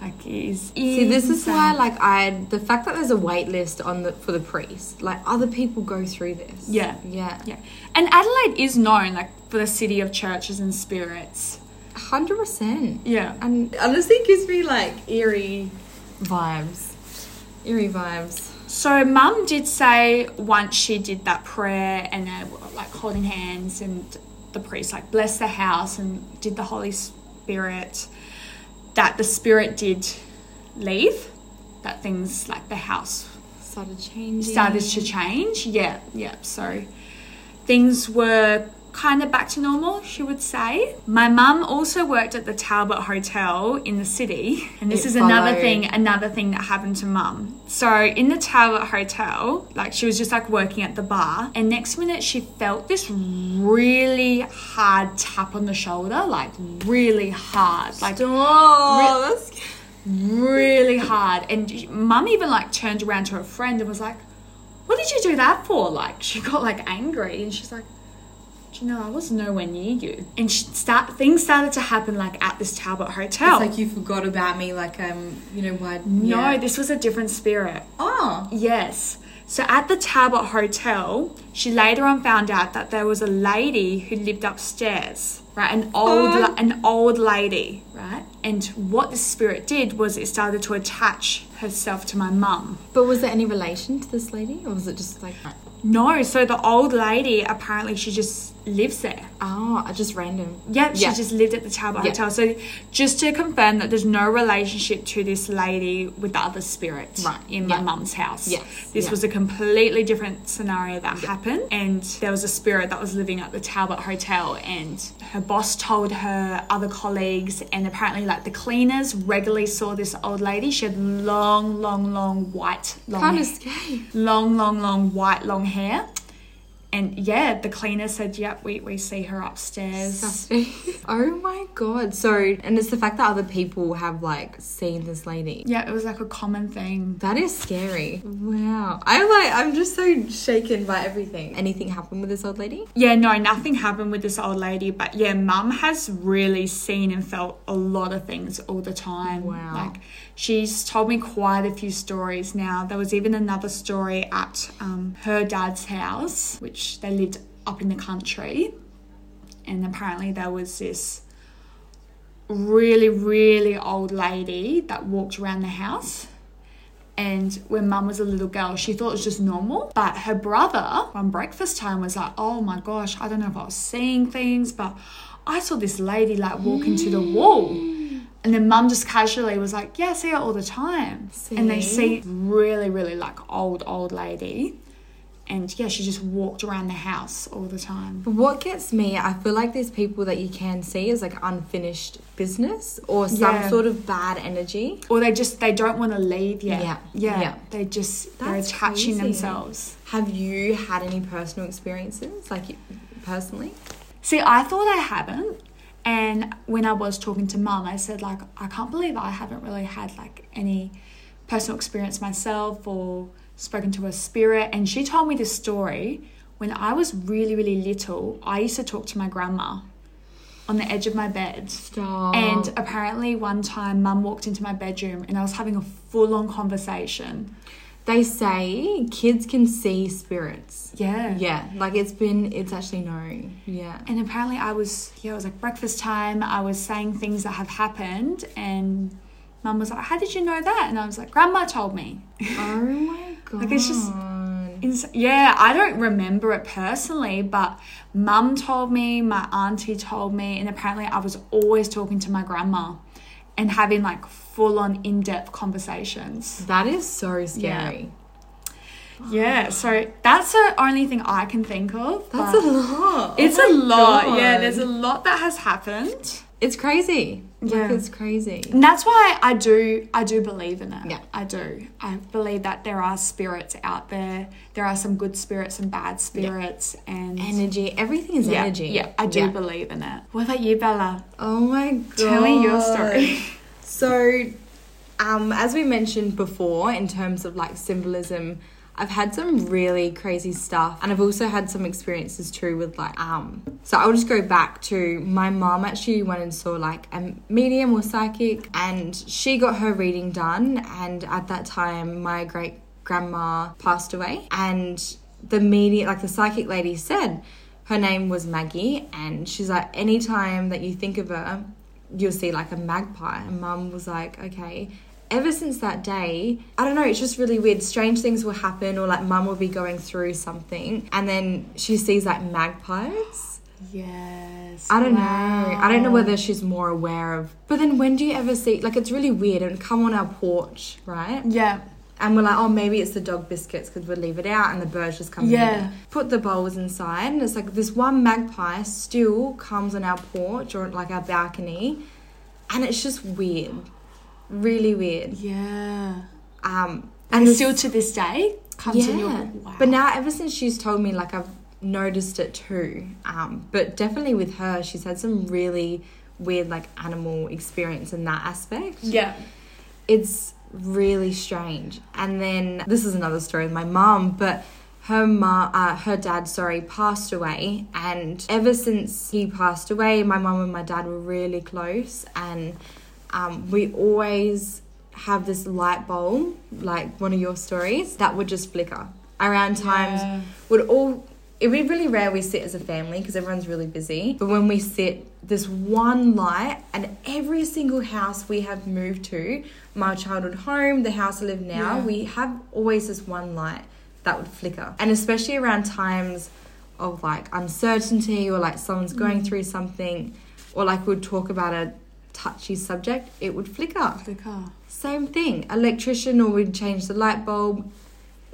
like, it is.
See, this is why, like, I the fact that there's a wait list on the for the priest, like, other people go through this.
Yeah.
yeah,
Yeah. And Adelaide is known, like, for the city of churches and spirits.
hundred percent.
Yeah.
And honestly, it gives me like eerie vibes, eerie vibes.
So mum did say once she did that prayer and they were like holding hands and the priest like blessed the house and did the Holy Spirit that the spirit did leave that things like the house
Started changing.
started to change yeah yeah so things were kind of back to normal she would say my mum also worked at the talbot hotel in the city and this
It
is another
followed.
thing another thing that happened to mum so in the talbot hotel like she was just like working at the bar and next minute she felt this really hard tap on the shoulder like really hard like
Oh, that's
really hard. And mum even like turned around to her friend and was like, What did you do that for? Like, she got like angry and she's like, Do you know, I was nowhere near you. And she start, things started to happen like at this Talbot hotel.
It's like you forgot about me. Like, um, you know what?
no,
Yeah.
this was a different spirit.
oh,
Yes. So at the Talbot Hotel, she later on found out that there was a lady who lived upstairs, right? An old,
Oh.
la- an old lady, right? And what the spirit did was it started to attach herself to my mum.
but was there any relation to this lady, or was it just like,
No, so the old lady apparently she just lives there.
oh, just random?
Yep,
Yeah.
she just lived at the Talbot
Yeah.
Hotel. So just to confirm that there's no relationship to this lady with the other spirit
Right,
in
yeah.
my mum's house.
Yes,
This
yeah.
was a completely different scenario that happened and there was a spirit that was living at the Talbot Hotel and her boss told her other colleagues and apparently like the cleaners regularly saw this old lady. She had long, long, long white long
Can't
hair
escape.
long, long, long white long hair. And yeah, the cleaner said, yep, we, we see her upstairs.
oh my god. So, and it's the fact that other people have like seen this lady.
Yeah, it was like a common thing.
That is scary. Wow. I'm like, I'm just so shaken by everything. Anything happened with this old lady?
Yeah, no, nothing happened with this old lady, but yeah, mum has really seen and felt a lot of things all the time.
Wow.
Like, she's told me quite a few stories now. There was even another story at um, her dad's house, which they lived up in the country. And apparently, there was this really, really old lady that walked around the house. And when mum was a little girl, she thought it was just normal. But her brother, on breakfast time, was like, oh my gosh, I don't know if I was seeing things, but I saw this lady like walk into the wall. And then mum just casually was like, yeah, I see her all the time. And they
See?
see really, really like old, old lady. And yeah, she just walked around the house all the time.
But What gets me, I feel like there's people that you can see is like unfinished business or some
Yeah.
sort of bad energy.
Or they just, they don't want to leave yet.
Yeah.
Yeah.
Yeah.
They just, they're
That's
attaching
crazy.
themselves.
Have you had any personal experiences, like you, personally?
See, I thought I hadn't. And when I was talking to mum, I said, like, I can't believe I haven't really had like any personal experience myself or spoken to a spirit. And she told me this story. When I was really, really little, I used to talk to my grandma on the edge of my bed.
Stop.
And apparently, one time, mum walked into my bedroom and I was having a full on conversation.
they say kids can see spirits.
Yeah.
Yeah, like it's been, it's actually known. Yeah.
And apparently, I was, yeah, it was like breakfast time. I was saying things that have happened, and mum was like, How did you know that? And I was like, Grandma told me.
Oh my god.
Like, it's just- Ins- yeah, I don't remember it personally, but mum told me, my auntie told me, and apparently, I was always talking to my grandma and having like full on in depth conversations.
That is so scary.
Yeah, so that's the only thing I can think of.
That's
but
a lot.
it's
Oh
a
my
lot. Yeah,
God.
there's a lot that has happened.
It's crazy. Like,
Yeah.
it's crazy.
And that's why I do I do believe in it.
Yeah.
I do. I believe that there are spirits out there. There are some good spirits and bad spirits and,
Energy. Everything is
yeah,
energy.
Yeah, I do believe in it. What about you, Bella?
Oh my god.
Tell me your story.
So, um, as we mentioned before, in terms of like symbolism, I've had some really crazy stuff, and I've also had some experiences too with like um. So I'll just go back to my mom actually went and saw like a medium or psychic, and she got her reading done, and at that time my great grandma passed away, and the media like the psychic lady said. Her name was Maggie, and she's like, anytime that you think of her, you'll see like a magpie. And mum was like, okay. Ever since that day, I don't know, it's just really weird. Strange things will happen, or like mum will be going through something, and then she sees like magpies.
Yes.
I don't know. I don't know whether she's more aware of. But then when do you ever see, like, it's really weird and come on our porch, right?
Yeah.
And we're like, oh, maybe it's the dog biscuits because we'll leave it out and the birds just come
Yeah.
in. Put the bowls inside, and it's like this one magpie still comes on our porch or like our balcony, and it's just weird, really weird.
Yeah.
Um,
And
it's-
still to this day comes in your
yeah.
wow.
But now, ever since she's told me, like I've noticed it too. Um, but definitely with her, she's had some really weird like animal experience in that aspect
Yeah.
it's really strange. And then this is another story with my mum, but her ma, uh, her dad, sorry, passed away, and ever since he passed away, my mum and my dad were really close, and um, we always have this light bulb, like one of your stories, that would just flicker around times
Yeah.
would all it'd be really rare we sit as a family because everyone's really busy but when we sit this one light and every single house we have moved to my childhood home the house i live now
Yeah.
we have always this one light that would flicker and especially around times of like uncertainty or like someone's going through something or like we'd talk about a touchy subject it would flicker
The car.
same thing electrician or we'd change the light bulb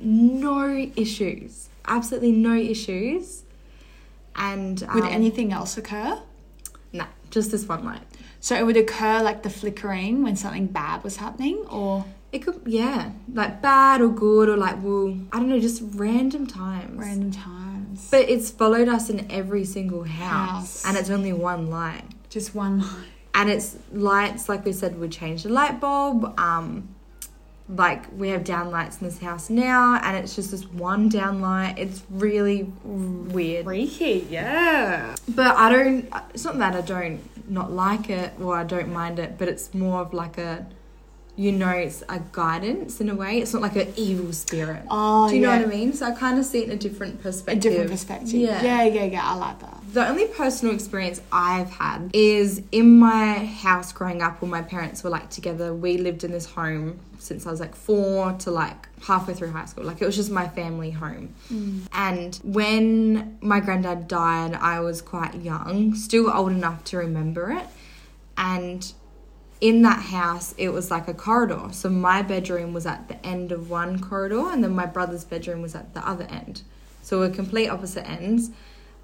no issues absolutely no issues and um,
Would anything else occur?
nah, just this one light
So it would occur like the flickering when something bad was happening or
it could yeah like bad or good or like well i don't know just random times
random times. times.
But it's followed us in every single house,
House.
and it's only one light.
Just one line.
And it's lights, like we said, we changed the light bulb. Um, like we have down lights in this house now, and it's just this one down light. It's really weird.
Freaky, yeah.
But I don't. It's not that I don't not like it or I don't mind it, but it's more of like a, you know, it's a guidance in a way. It's not like an evil spirit.
Oh,
Do you
yeah.
know what I mean? So I kind of see it in a different
A
perspective.
different perspective.
Yeah.
yeah, yeah, yeah. I like that.
The only personal experience I've had is in my house growing up when my parents were like together. We lived in this home since I was like four to like halfway through high school. Like it was just my family home. And when my granddad died, I was quite young, still old enough to remember it. And in that house, it was like a corridor. So my bedroom was at the end of one corridor, and then my brother's bedroom was at the other end. So we're complete opposite ends.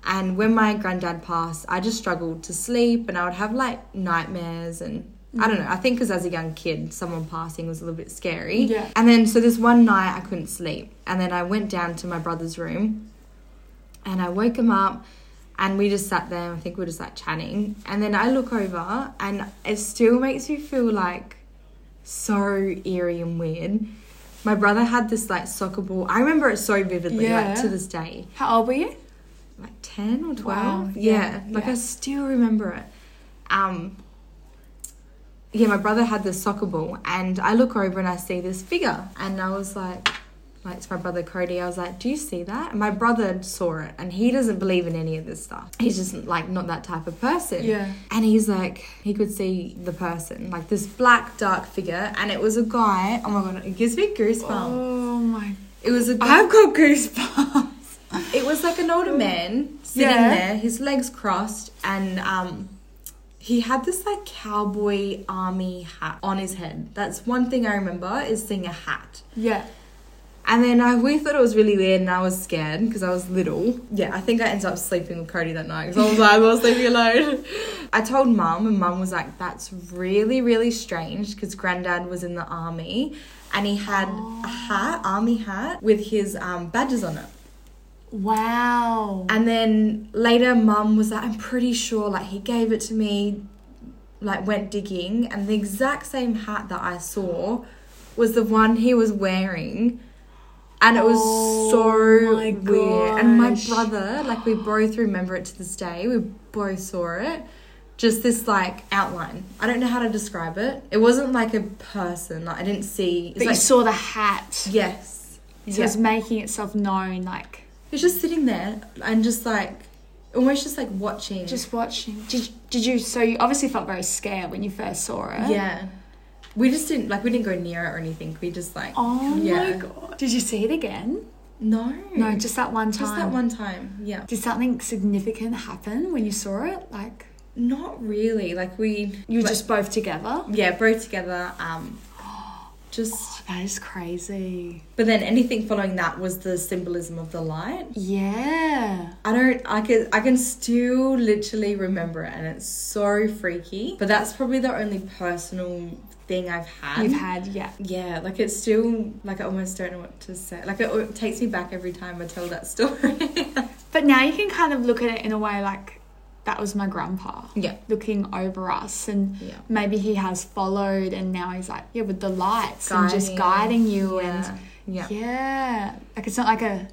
And when my granddad passed, I just struggled to sleep, and I would have like nightmares and. I don't know. I think because as a young kid, someone passing was a little bit scary.
Yeah.
And then, so this one night, I couldn't sleep. And then I went down to my brother's room, and I woke him up and we just sat there. I think we were just like chatting. And then I look over and it still makes me feel like so eerie and weird. My brother had this like soccer ball. I remember it so vividly, like
Yeah.
to this day.
How old were you?
Like 10 or 12.
Wow,
yeah.
yeah,
Like
yeah.
I still remember it. Um, yeah, my brother had this soccer ball and I look over and I see this figure and I was like, like it's my brother Cody. I was like, "Do you see that?" And my brother saw it, and he doesn't believe in any of this stuff. He's just like not that type of person.
Yeah.
And he's like, he could see the person, like this black dark figure, and it was a guy. Oh my god, it gives me goosebumps.
Oh my!
It was a guy.
I've got goosebumps.
It was like an older man sitting
Yeah.
there, his legs crossed, and um, he had this like cowboy army hat on his head. That's one thing I remember is seeing a hat.
yeah.
And then I, we thought it was really weird, and I was scared because I was little. Yeah, I think I ended up sleeping with Cody that night because I was like, I was sleeping alone. I told mum, and mum was like, "That's really, really strange," because Granddad was in the army, and he had a hat, army hat, with his um, badges on it.
Wow.
And then later, mum was like, I'm pretty sure, like, he gave it to me, like, went digging. And the exact same hat that I saw was the one he was wearing. And it was
Oh
so
my
weird. And my
gosh.
brother, like, we both remember it to this day. We both saw it. Just this, like, outline. I don't know how to describe it. It wasn't like a person. Like, I didn't see. It's
but you
like,
saw the hat.
yes.
So it's making itself known, like
It's just sitting there and just like almost just like watching.
just watching. Did, did you? So you obviously felt very scared when you first saw it.
yeah. We just didn't like we didn't go near it or anything. We just like
Oh my
Yeah.
god. Did you see it again?
no
No, just that one time.
just that one time. Yeah,
Did something significant happen when you saw it? Like
not really. Like we
you were
like,
just both together?
yeah both together. Um, just
That is crazy.
but then anything following that was the symbolism of the light.
Yeah.
I don't. I can. I can still literally remember it, and it's so freaky. But that's probably the only personal thing I've had.
You've had yeah.
Yeah, like it's still like I almost don't know what to say. Like it, it takes me back every time I tell that story.
But now you can kind of look at it in a way like that was my grandpa
yeah,
looking over us and
yeah,
maybe he has followed and now he's like yeah with the lights and just
Guiding.
guiding you and
yeah.
Yeah. Like it's not like a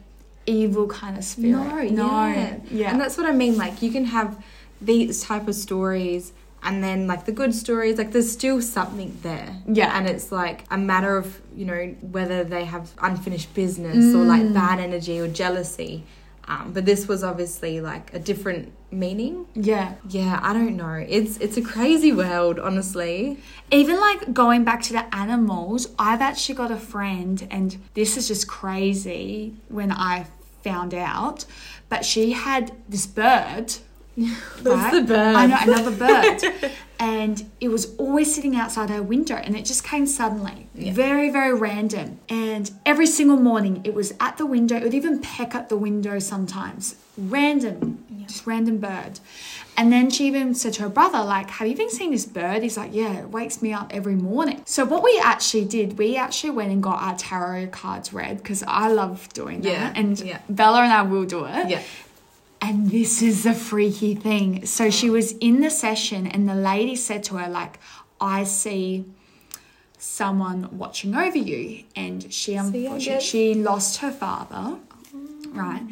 evil kind of spirit.
No, yeah.
Yeah.
And that's what I mean. Like you can have these type of stories, and then like the good stories. Like there's still something there.
Yeah.
and it's like a matter of you know whether they have unfinished business or
Mm.
like bad energy or jealousy. Um, but this was obviously like a different meaning.
yeah.
Yeah, I don't know. It's it's a crazy world, honestly.
Even like going back to the animals, I've actually got a friend and this is just crazy when I found out, but she had this bird
That's the bird.
I know another bird. and it was always sitting outside our window and it just came suddenly. Very, very random. And every single morning it was at the window. It would even peck at the window sometimes. Random. Just random bird. And then she even said to her brother, like, have you been seeing this bird? He's like, yeah, it wakes me up every morning. So what we actually did, we actually went and got our tarot cards read because I love doing that.
Yeah,
And
yeah.
Bella and I will do it.
Yeah.
And this is the freaky thing. So she was in the session, and the lady said to her, like, I see someone watching over you. And she
again?
unfortunately she lost her father. Right.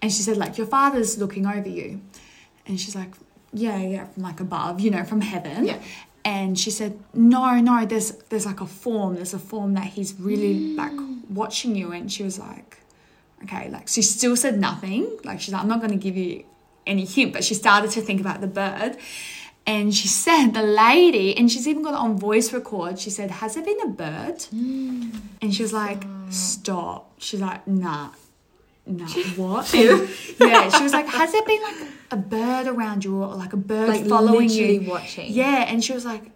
And she said, like, your father's looking over you. And she's like, Yeah, yeah, from like above, you know, from heaven.
Yeah.
And she said, No, no, there's there's like a form. There's a form that he's really like watching you. And she was like, okay, like she still said nothing. Like she's like, I'm not going to give you any hint, but she started to think about the bird. And she said, the lady, and she's even got it on voice record, she said, Has it been a bird? And she was like, Stop. She's like, Nah, nah, what? And- yeah, she was like, Has it been like a bird around you or like a bird
Like
following
literally
you?
watching.
Yeah, and she was like,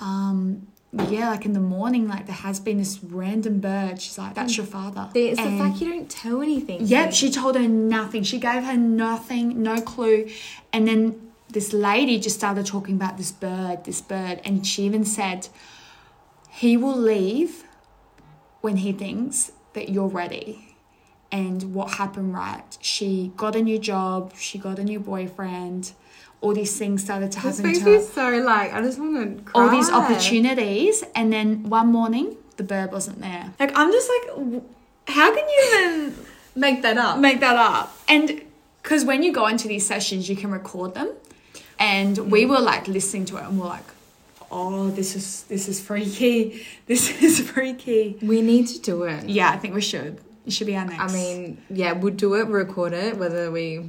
um, yeah, like in the morning, like there has been this random bird. She's like, that's your father.
See, Mm. It's
And-
the fact you don't tell anything.
Yep, she told her nothing. She gave her nothing, no clue. And then this lady just started talking about this bird, this bird. And she even said, He will leave when he thinks that you're ready. And what happened, right? She got a new job, she got a new boyfriend, all these things started to
This
happen
makes
to her
me so like I just want to cry.
all these opportunities and then one morning the bird wasn't there
Like I'm just like, w- how can you even make that up?
make that up and because when you go into these sessions you can record them and we
Mm.
were like listening to it and we're like oh this is this is freaky this is freaky
We need to do it.
yeah i think we should it should be our next
I mean, yeah, we'll do it. We'll record it, whether we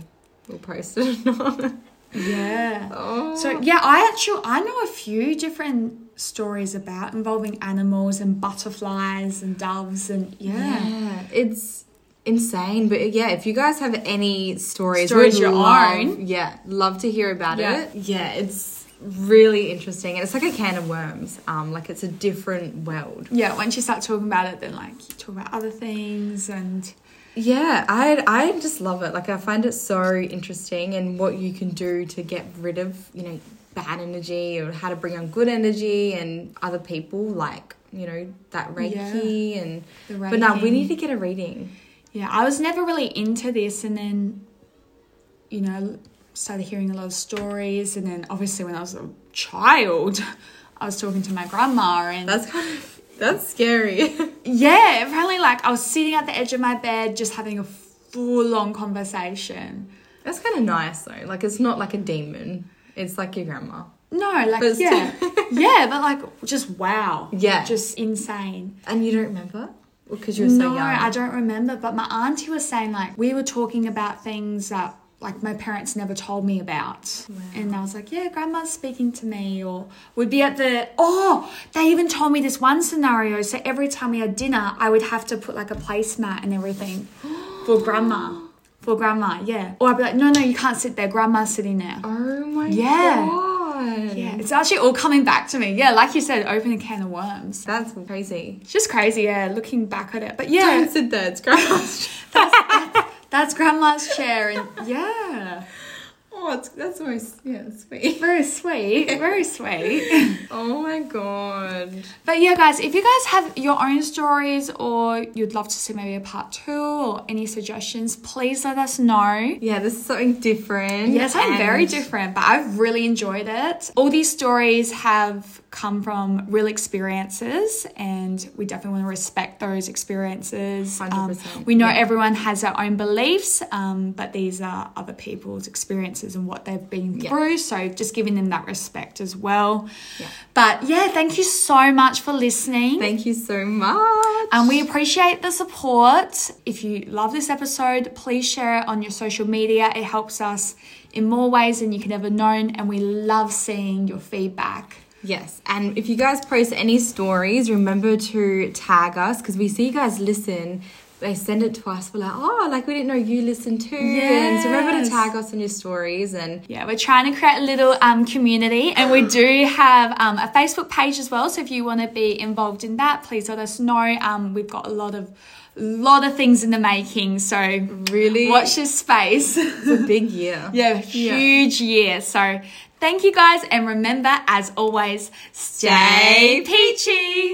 will post it or not.
yeah
Oh.
So yeah, I actually I know a few different stories about involving animals and butterflies and doves and yeah.
Yeah, it's insane. But yeah, if you guys have any stories,
Stories
we'd
your
love-
own.
yeah, love to hear about
Yeah.
it. Yeah, it's really interesting, and it's like a can of worms. Um, like it's a different world.
yeah, once you start talking about it, then like you talk about other things and
Yeah, I I just love it. Like I find it so interesting, and what you can do to get rid of you know bad energy or how to bring on good energy and other people like you know that reiki and
the
but no we
Reiki.
need to get a reading
yeah, I was never really into this, and then you know started hearing a lot of stories, and then obviously when I was a child, I was talking to my grandma, and
that's kind of that's scary
yeah, apparently like I was sitting at the edge of my bed just having a full on conversation.
That's kind of nice though. Like it's not like a demon. It's like your grandma.
No, like
But still-
yeah, yeah, but like just wow,
Yeah.
just insane.
And you don't remember? Because you were so
No,
young.
I don't remember. But my auntie was saying like we were talking about things that like my parents never told me about, and I was like, yeah, grandma's speaking to me, or would be at the oh they even told me this one scenario. So every time we had dinner, I would have to put like a placemat and everything for grandma. For grandma, yeah. Or I'd be like, no, no, you can't sit there. Grandma's sitting there.
oh my
Yeah.
god.
Yeah, it's actually all coming back to me. Yeah, like you said, open a can of worms.
That's crazy.
It's just crazy, yeah, looking back at it. But yeah.
Don't sit there. It's grandma's.
That's grandma's chair, and yeah,
oh, it's, that's almost yeah, it's sweet.
very sweet, very sweet.
Oh my god.
But yeah, guys, if you guys have your own stories or you'd love to see maybe a part two or any suggestions, please let us know.
Yeah, this is something different.
Yes, I'm
and-
very different, but I've really enjoyed it. All these stories have come from real experiences, and we definitely want to respect those experiences. Um,
100%,
we know everyone has their own beliefs, um, but these are other people's experiences and what they've been
Yeah.
through. So just giving them that respect as well.
Yeah.
But yeah, thank you so much for listening.
Thank you so much.
And we appreciate the support. If you love this episode, please share it on your social media. It helps us in more ways than you could ever known. And we love seeing your feedback.
Yes, and if you guys post any stories, remember to tag us because we see you guys listen, they send it to us. We're like, oh, like we didn't know you listened to. And so remember
Yes.
to tag us on your stories. And
Yeah, we're trying to create a little um, community, and we do have um, a Facebook page as well. So if you want to be involved in that, please let us know. Um, we've got a lot of lot of things in the making, so
really,
watch this space.
it's a big year.
yeah, huge year. So thank you guys, and remember, as always, stay peachy.